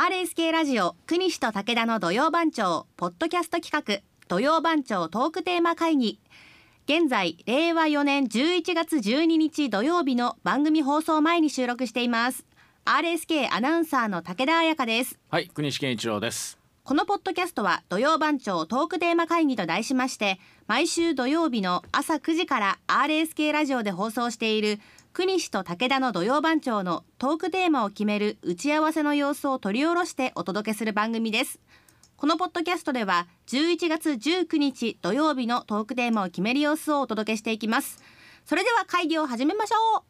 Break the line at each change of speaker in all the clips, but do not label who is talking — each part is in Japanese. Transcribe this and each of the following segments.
RSK ラジオ国西と武田の土曜番長ポッドキャスト企画土曜番長トークテーマ会議現在令和4年11月12日土曜日の番組放送前に収録しています RSK アナウンサーの武田彩香です
はい、国試験一郎です。
このポッドキャストは土曜番長トークテーマ会議と題しまして毎週土曜日の朝9時から RSK ラジオで放送している国西と武田の土曜番長のトークテーマを決める打ち合わせの様子を取り下ろしてお届けする番組ですこのポッドキャストでは11月19日土曜日のトークテーマを決める様子をお届けしていきますそれでは会議を始めましょ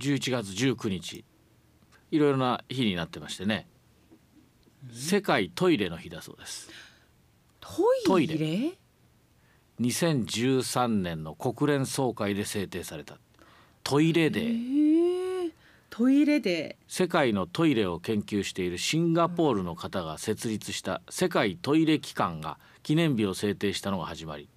う
11月19日、いろいろな日になってましてね。世界トイレの日だそうです。
ト
ト
イ
イ
レ
レ2013年の国連総会で制定されたトイレデー。
へえトイレで
世界のトイレを研究しているシンガポールの方が設立した世界トイレ機関が記念日を制定したのが始まり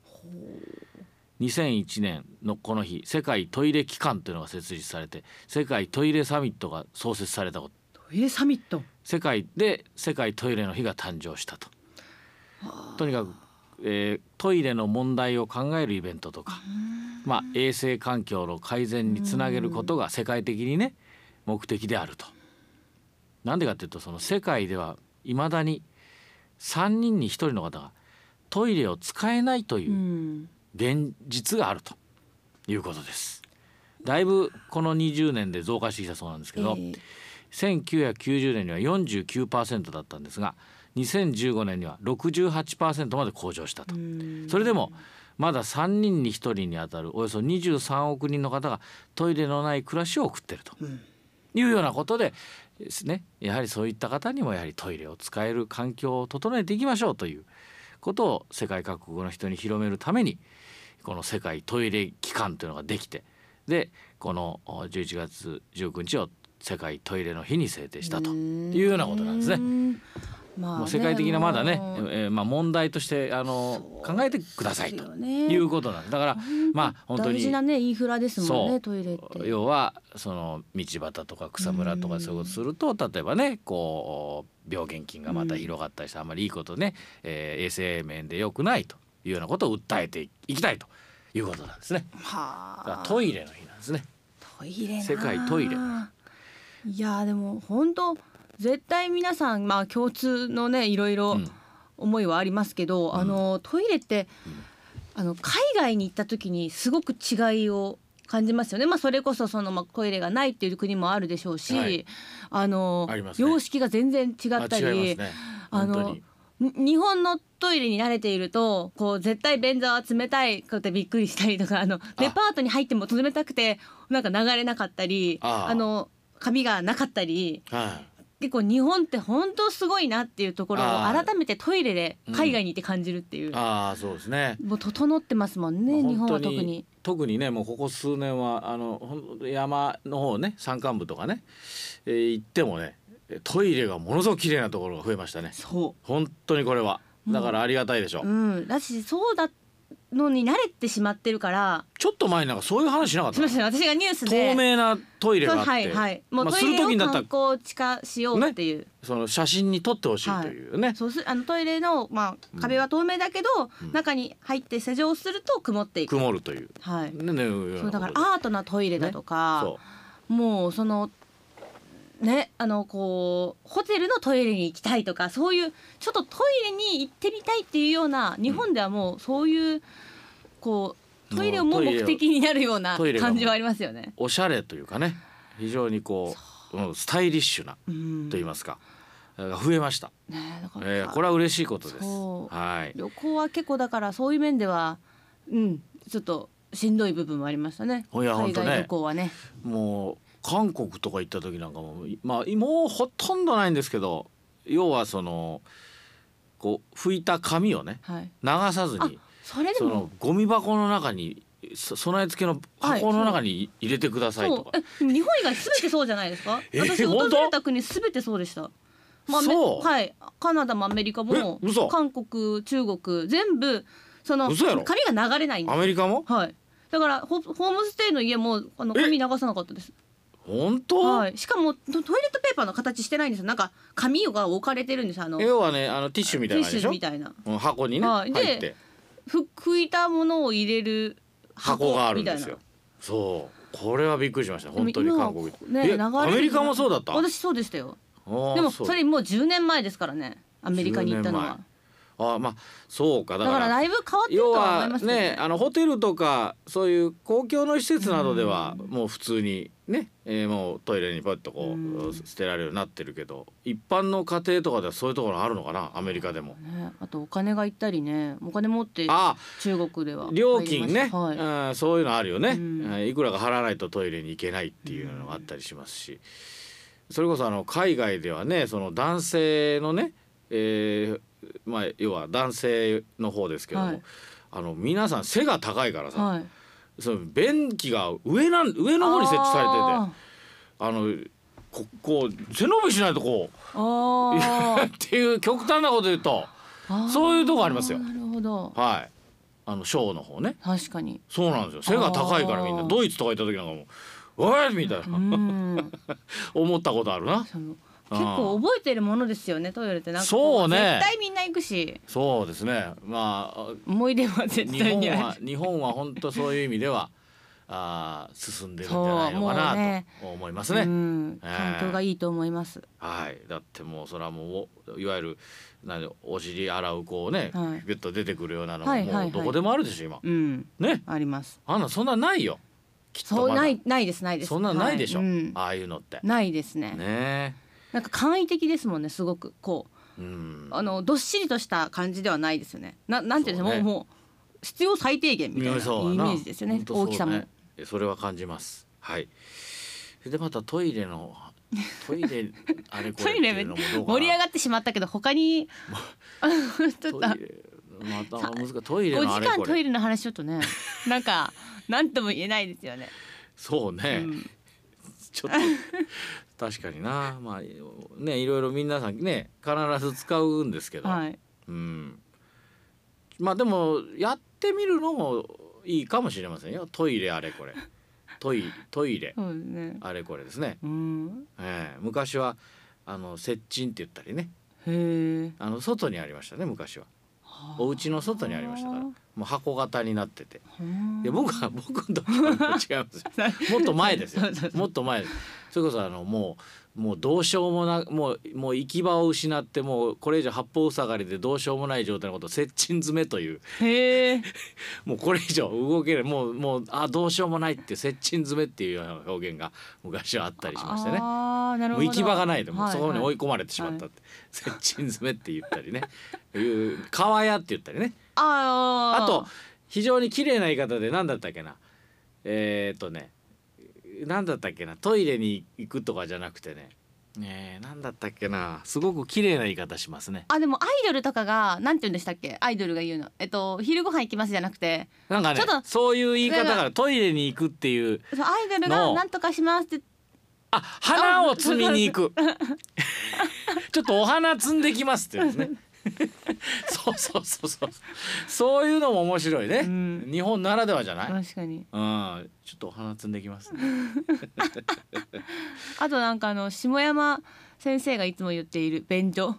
2001年のこの日世界トイレ機関というのが設立されて世界トイレサミットが創設されたこと
トイレサミット
世界で世界トイレの日が誕生したととにかく、えートイレの問題を考えるイベントとか、まあ、衛生環境の改善につなげることが世界的にね目的であると。なんでかっていうとその世界ではいまだに3人に1人の方がトイレを使えないといううん現実があるということです。だいぶこの20年で増加してきたそうなんですけど、
ええ
1990年には49%だったんですが2015年には68%まで向上したとそれでもまだ3人に1人にあたるおよそ23億人の方がトイレのない暮らしを送ってるというようなことでですねやはりそういった方にもやはりトイレを使える環境を整えていきましょうということを世界各国の人に広めるためにこの世界トイレ機関というのができてでこのお11月19日を世界トイレの日に制定したというようなことなんですね。
ま
もう世界的なまだね
あ、
え
の
ーまあ、問題としてあの考えてくださいと
そうですよね
いうことなんですだからまあ本当
大
に
事なねインフラですもん
そ
ね
う
トイレって
要はその道端とか草むらとかそういうことすると例えばねこう病原菌がまた広がったりしてあんまりいいことね、えー衛生面で良くないというようなことを訴えていきたいということなんですね。だから
はあ
トイレの日なんですね。
トイレな
世界トイレ
いやーでも本当絶対皆さんまあ共通のねいろいろ
うん
思いはありますけど、あのトイレって、あの海外に行った時にすごく違いを感じますよね。まあそれこそそのまあトイレがないっていう国もあるでしょうし、
はい
あの
ありますね
様式が全然違
あ
った
違
り、
いますね。
あ
本当
の
に
に日本のトイレに慣れているとこう絶対便座は冷たいことでびっくりしたりとかあのデパートに入っても冷たくてなんか流れなかったり
ああ
の紙がなかったり
はい。
結構日本って本当すごいなっていうところを
ああ
改めてトイレで海外に行って感じるっていう、
ああそうですね。
もう整ってますもん
ま
ね
あ
日本は
本当
特に。
特にねもうここ数年はあのほん山の方ね山間部とかね、えー行ってもねトイレがものすごく綺麗なところが増えましたね
そ
本当にこれはだからありがたいでしょ、
う、うん、だしそうだのに慣れてしまってるから
ちょっと前になんかそういう話なかっ
す
た
みません私がニュースで
透明なトイレがあって
はいはいもう
まあ
ト
す
イ
る
レを
時になった
観
ら
光地化しようっていう。
その写真に撮ってほしいというね、
そうすあのトイレの、まあ、壁は透明だけど、
ん
中に入って施錠すると曇っていく、
曇るという、
はい、
ねねよ
そう
な
だから
ことで
アートなトイレだとか、
そう
もうそのねあのこうホテルのトイレに行きたいとかそういうちょっとトイレに行ってみたいっていうような日本ではもうそういうこうトイレをも
もうトイレ
目
を
的になるような
トイレがもう
感じはありますよね。
おしゃれというかね非常にこううんスタイリッシュな
うん
と言いますか、が増えました、
ねだから、
えーこれは嬉しいことです
そう
はい
旅行は結構だからそういう面ではうんちょっとしんどい部分もありましたね
いやほん
海
とね
外旅行はね
もう韓国とか行った時なんかもいまあもうほとんどないんですけど要はそのこう拭いた紙をね
はい
流さず
あ
に
それで
そ
も
のゴミ箱の中にそ備え付けの箱の中に入れてくださいと
そ
か、
うえ日本以外すべてそうじゃないですか
え
私訪
本当
れた国すべてそうでしたまあ
そう
めはいカナダもアメリカも
え嘘
韓国中国全部その
嘘やろ
紙が流れないんで
アメリカも
はいだからホホームステイの家もあの
え
紙流さなかったです
本当、
はい、しかもトトイレットペーパーの形してないんですよなんか紙が置かれてるんですよあのテ
要はねあのティッシュみたい
ィッ
なので
シ
し
ュ
ょ
み、たいな
うん、箱にね、
はいで
入って
ふ拭いたものを入れる
箱があるん
みた
で
いな
すよそうこれはびっくりしました本当に
でも今
韓
は
国行く
ね
え
流れてる
アメリカもそうだった
私そうでしたよ
あー
でも
そ
そうれもう10年前ですからねアメリカに行ったのは
あーまあそうかだ
だ
か
かららだいぶ変わってる
要
とは思
はい
ますけど
ね
ね
あのホテルとかそういう公共の施設などではもう普通にね、えーもうトイレにパッとこう、
うん
捨てられるようになってるけど一般の家庭とかではそういうところあるのかなアメリカでも。
ねあとお金が行ったりねお金持って
あ
中国では
ー料金ね、
はい
うんそういうのあるよね、
うん
うんいくらか払わないとトイレに行けないっていうのがあったりしますしそれこそあの海外ではねその男性のね、えーまあ、要は男性の方ですけども、
はい
あの皆さん背が高いからさ、
はい
その便器が上なん上の方に設置されててあ
あ
のここう背伸びしないとこ
ーあ
う
ー
っていう極端なこと言うと
あー
そういうとこありますよ
なるほど
はいあのショーの方ね
確か に
そうなんですよ背が高いからみんな
あー
ドイツとか行った時なんかもう「わーみたいうな
ん
思ったことあるな
その
あー
結構覚えてるものですよねトイレってなんか
そうね
絶対みんな行くし
そうですねまあ
思い出は絶
日
対
本
にあ
は
る
日本は本当そういう意味ではあー進んでるんじゃないのか
そうもう
な
ね
と思いますね
う。ん
えー
環境がいいと思います
はい、だってもうそれはもうおいわゆるなんでお尻洗うこうね、
はい
ビュッと出てくるようなの
はいはいは
もう
い
どこでもあるでしょ今、
うん
ね
あります
あんなそんなないよきっと
そう
まだ
ないないですないです
そんなないでしょ、
はいうん
ああいうのってね
ないですね
え
なんか簡易的ですもんねすごくこ
うん
うあのどっしりとした感じではないですよねななんていうんですか
そうね
もうもう必要最低限みたいなイメ
そうだ
ージですよね
本当そう
大きさも
ねえそれは感じますはいでまたトイレのトイ レあれこ
ト
れっ
イ
てい
レ
うのもどうかな
盛り上がってしまったけど他に ちょっと
トイレまた難しいトイレ
5
のあ
時
れこ
間
れ
トイレの話ちょっとね なんか何とも言えないですよね、
そう
う
ね、
ん
ちょっと確かになまあねいろいろ皆さんね必ず使うんですけど、
はい
うんまあでもやってみるのもいいかもしれませんよトイレあれこれトイトイレ
そうですね
あれこれですね、
うん
ええ昔はあの接近って言ったりね
へえ
あの外にありましたね昔はお家の外にありましたからもう箱型になってていや僕は 僕の時はもう違いま すよもっと前ですよ
そうそうそう
もっと前ですそれこそあのもうもうどうしようもなもうもう行き場を失ってもうこれ以上八方塞がりでどうしようもない状態のことを接近詰めという
へえ
もうこれ以上動けないもうもうあどうしようもないって接近詰めっていうような表現が昔はあったりしましたね。
あーなる
も
ほ
う
ど
行き場がないでもう
は
そこに
は
追い込まれてしまったって、接近詰めって言ったりね いう川屋って言ったりね
あー
あと非常に綺麗な言い方で何だったっけなえー、っとね何だったっけなトイレに行くとかじゃなくてねねえ何だったっけなすごく綺麗な言い方しますね
あでもアイドルとかがなんて言うんでしたっけアイドルが言うのえっと昼ご飯行きますじゃなくて
なんかね
ちょっと
そういう言い方
なん
か
から
トイレに行くっていう
そうアイドル
の
がなんとかしますって
あ花を摘みに行くちょっとお花摘んできますっていうんです ねそうそうそうそうそういうのも面白いね、
うん
日本ならではじゃない、
確かに
うん、ちょっとお花摘んできます、ね、
あとなんかあの下山先生がいつも言っている便所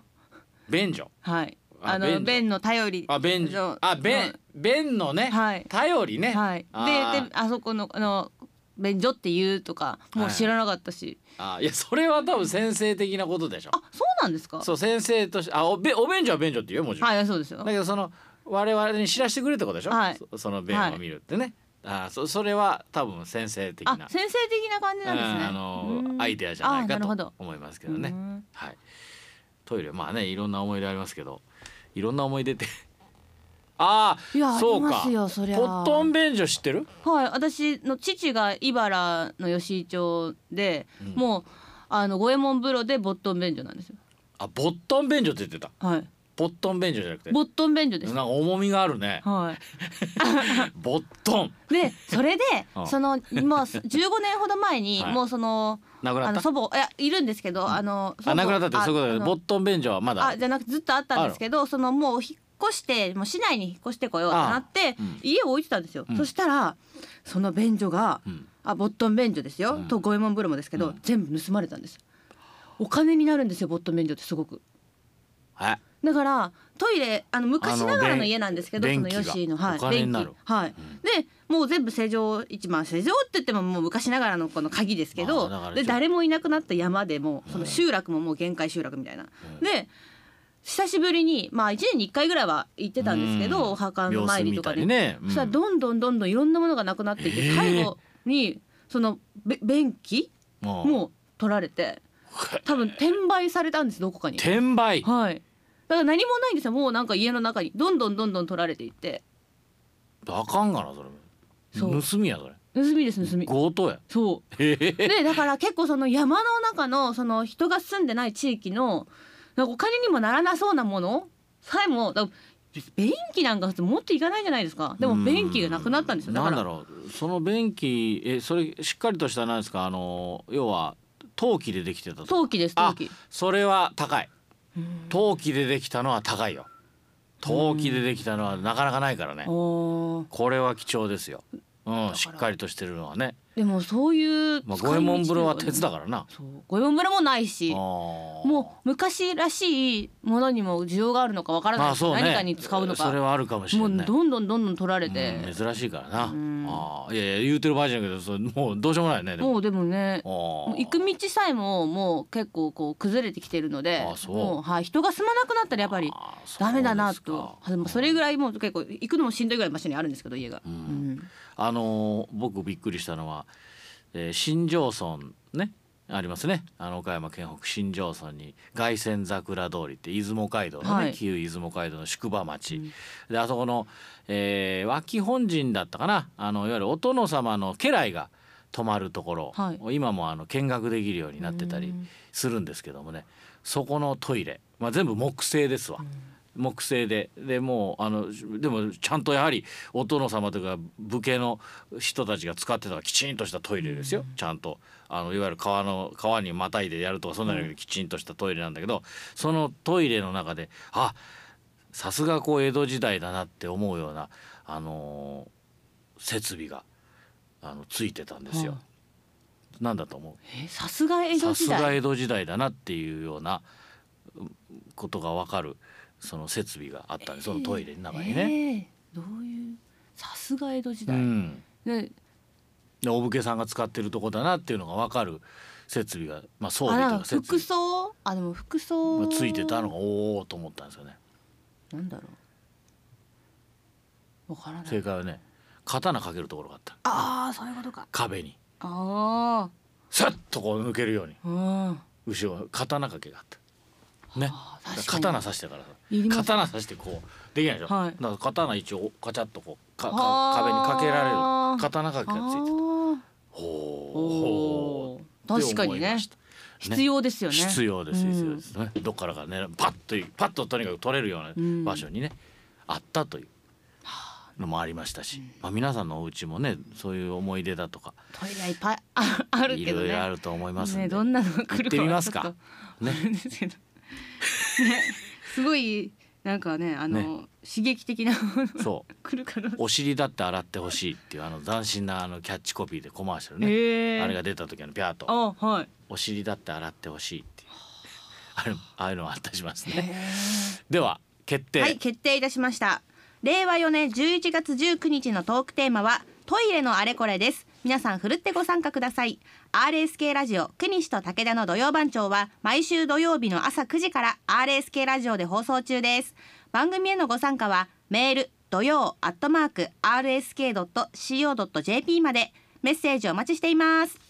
便所
はい
あ
あ
便所
の便の頼り
あ
そ
便
う
所あ便便のね、
はい
頼りね、
はい、で
あー
であそこのあの便所って言うとかもう知らなかったし、
あいやそれは多分先生的なことでしょ
あそうなんですか
そう先生としてあおべお便所は便所って言うよもちろん、
はいそうですよ
だけどその我々に知らせてくれってことでしょ、
はい
そその便を見るってね、あそそれは多分先生的
あ
な
先生的な感じなんですね
うんあの
うん
アイデアじゃない
あ
か
なるほど
と思いますけどね
う。ん
はい、トイレまあねいろんな思い出ありますけどいろんな思い出って あ
いや
あそう
あり
か
ますよそりゃ
コットン便所知ってる
はい私の父が茨の吉井町で、
うん
もうあの五右衛門風呂でボットン便所なんですよ
あボットン便所って言ってた
はい
ボットン便所じゃなくて
ボットン便所で
な
す
んか重みがあるね
はい
ボットン
でそれで
うん
そのもう15年ほど前に、
はい
もうその
なくな
あ
っ
の
た
祖母いやいるんですけど、あの祖母
あなくなったってそういうこと
あ
だ
あ
よ
の
ボットン便所はまだ
あじゃなくてずっとあったんですけどそのもう引っ越してもう市内に引っ越してこようってなって、
うん
家を置いてたんですよ、
うん
そしたらその便所が
うん
あボットン便所ですよ、
うん
と五右衛門風呂もですけど、
うん
全部盗まれたんですお金になるんですよボットン便所ってすごく
はい
だからトイレあの昔ながらの家なんですけど
あ
そ
の
の
電
ヨッシーの
電気が
はい
お金になる
電気はい、でもう全部施錠一番施錠って言ってももう昔ながらのこの鍵ですけ
あー
ど
だからち
で
ょ
誰もいなくなった山でもうそ
うん
の集落ももう限界集落みたいな、
うん
で久しぶりにまあ1年に1回ぐらいは行ってたんですけど、
うん
お墓の参りとかで
様子見たりね、うん
そしたらどんどんどんどんいろんなものがなくなっていって、
えー
最後にそのべ便器
もう
も取られて多分転売されたんですどこかに。
転売
はいだから何もないんですよもうなんか家の中にどんどんどんどん取られていって
あかんがなそれ
そう
盗みやそれ
盗みです盗み
強盗や
そう
へへへ
でだから結構その山の中のその人が住んでない地域のなんかお金にもならなそうなものさえもだから便器なんか持っていかないじゃないですかでも便器がなくなったんですよだ
な
か
んだ
ら
ろうその便器えそれしっかりとしたなんですかあの要は陶器でできてたと
陶器です陶器
それは高い陶器でできたのは高いよ陶器でできたのはなかなかないからね
おー
これは貴重ですようん
ら
しっかりとしてるのはね
でもそういう
まあ
使い
五右衛門風呂は
道という
鉄だからな
そう五右衛門風呂もないし
も
もう昔らしいものにも需要があるのかわからない
まあ
です、
そうね
何かに使うのか
それはあるかもしれ
も
ないう
どんどんどんどん取られて、
うん珍しいからな、
うん
ああいやいや言うてる場合じゃないけどそれもうどうしようもないよねでも
もうでもねもう行
行
く道さえももう結構こう崩れてきてるので
あそう
もう、はい、人が住まなくなったらやっぱりダメだなとでもそれぐらいもう結構行くのもしんどいぐらいの場所にあるんですけど家が、
う、
うんん
あのー僕びっくりしたのは、えー新庄村ねありますねあの岡山県北新庄村に凱旋桜通りって出雲街道のね、
はい
旧出雲街道の宿場町、
うん
であそこの、えー脇本陣だったかなあのいわゆるお殿様の家来が泊まるところ、
は
今もあの見学できるようになってたりするんですけどもねそこのトイレ、まあ、全部木製ですわ。木製ででもうあのでもちゃんとやはりお殿様というか武家の人たちが使ってたきちんとしたトイレですよ、ちゃんとあのいわゆる川の川にまたいでやるとかそんなのきちんとしたトイレなんだけど、そのトイレの中であさすがこう江戸時代だなって思うようなあのー設備があのついてたんですよ。
は
なんだと思う
えさすが江戸
さす
時
が
代
江戸時代だなっていうようなうんことがわかるその設備があったんでそのトイレの中にね。
えーどういうさすが江戸時
う
代、
ん、
ね
でお武家さんが使ってるとこだなっていうのがわかる設備が、まあ、装
あ
備
な
とい
んか
うか
服
設
装あでも服装
備がついてたのがおおと思ったんですよね。
なんだろうわからない
正解はね刀かけるところがあった
ああそういうことか
壁に
あ
さっとこう抜けるように
あうん
後ろ刀掛けがあった。ね
あー確かに
刀刺してからさ
いります
刀刺してこうできないでしょ、
はい
だから刀一応カチャッとこうかか
あー
壁にかけられる刀掛けがついてた
ああ
ほう
おー
ほうっ
確
て
か
思
に
いま
ね
した
必要ですよね
必要です
うん
必要ですね、どっからかねパッとパッととにかく取れるよう
うん
な場所にね、あったというのもありましたし、まあ、皆さんのお家もねそういう思い出だとか、
トイレはいっぱいあある
い
けど
ろいろあ
ね
ると思いますんで、
ねどんなのが来
行っ
る
て
か
み
は
ま
ち
す
ょっと
かね
あれですけどね すごいなんかねあの刺激的なものが
そう
来るかな
お尻だって洗ってほしいっていうあの斬新なあのキャッチコピーでコマーシャルね、
ええ
あれが出た時あのピャーと
あはい
お尻だって洗ってほしいっていうあれああいうのはあったりしますね。
へ
では決定、
はい決定いたしました令和4年11月19日のトークテーマはトイレのあれこれです皆さんふるってご参加ください RSK ラジオ国西と武田の土曜番長は毎週土曜日の朝9時から RSK ラジオで放送中です番組へのご参加はメール土曜アットマーク RSK.CO.JP までメッセージお待ちしています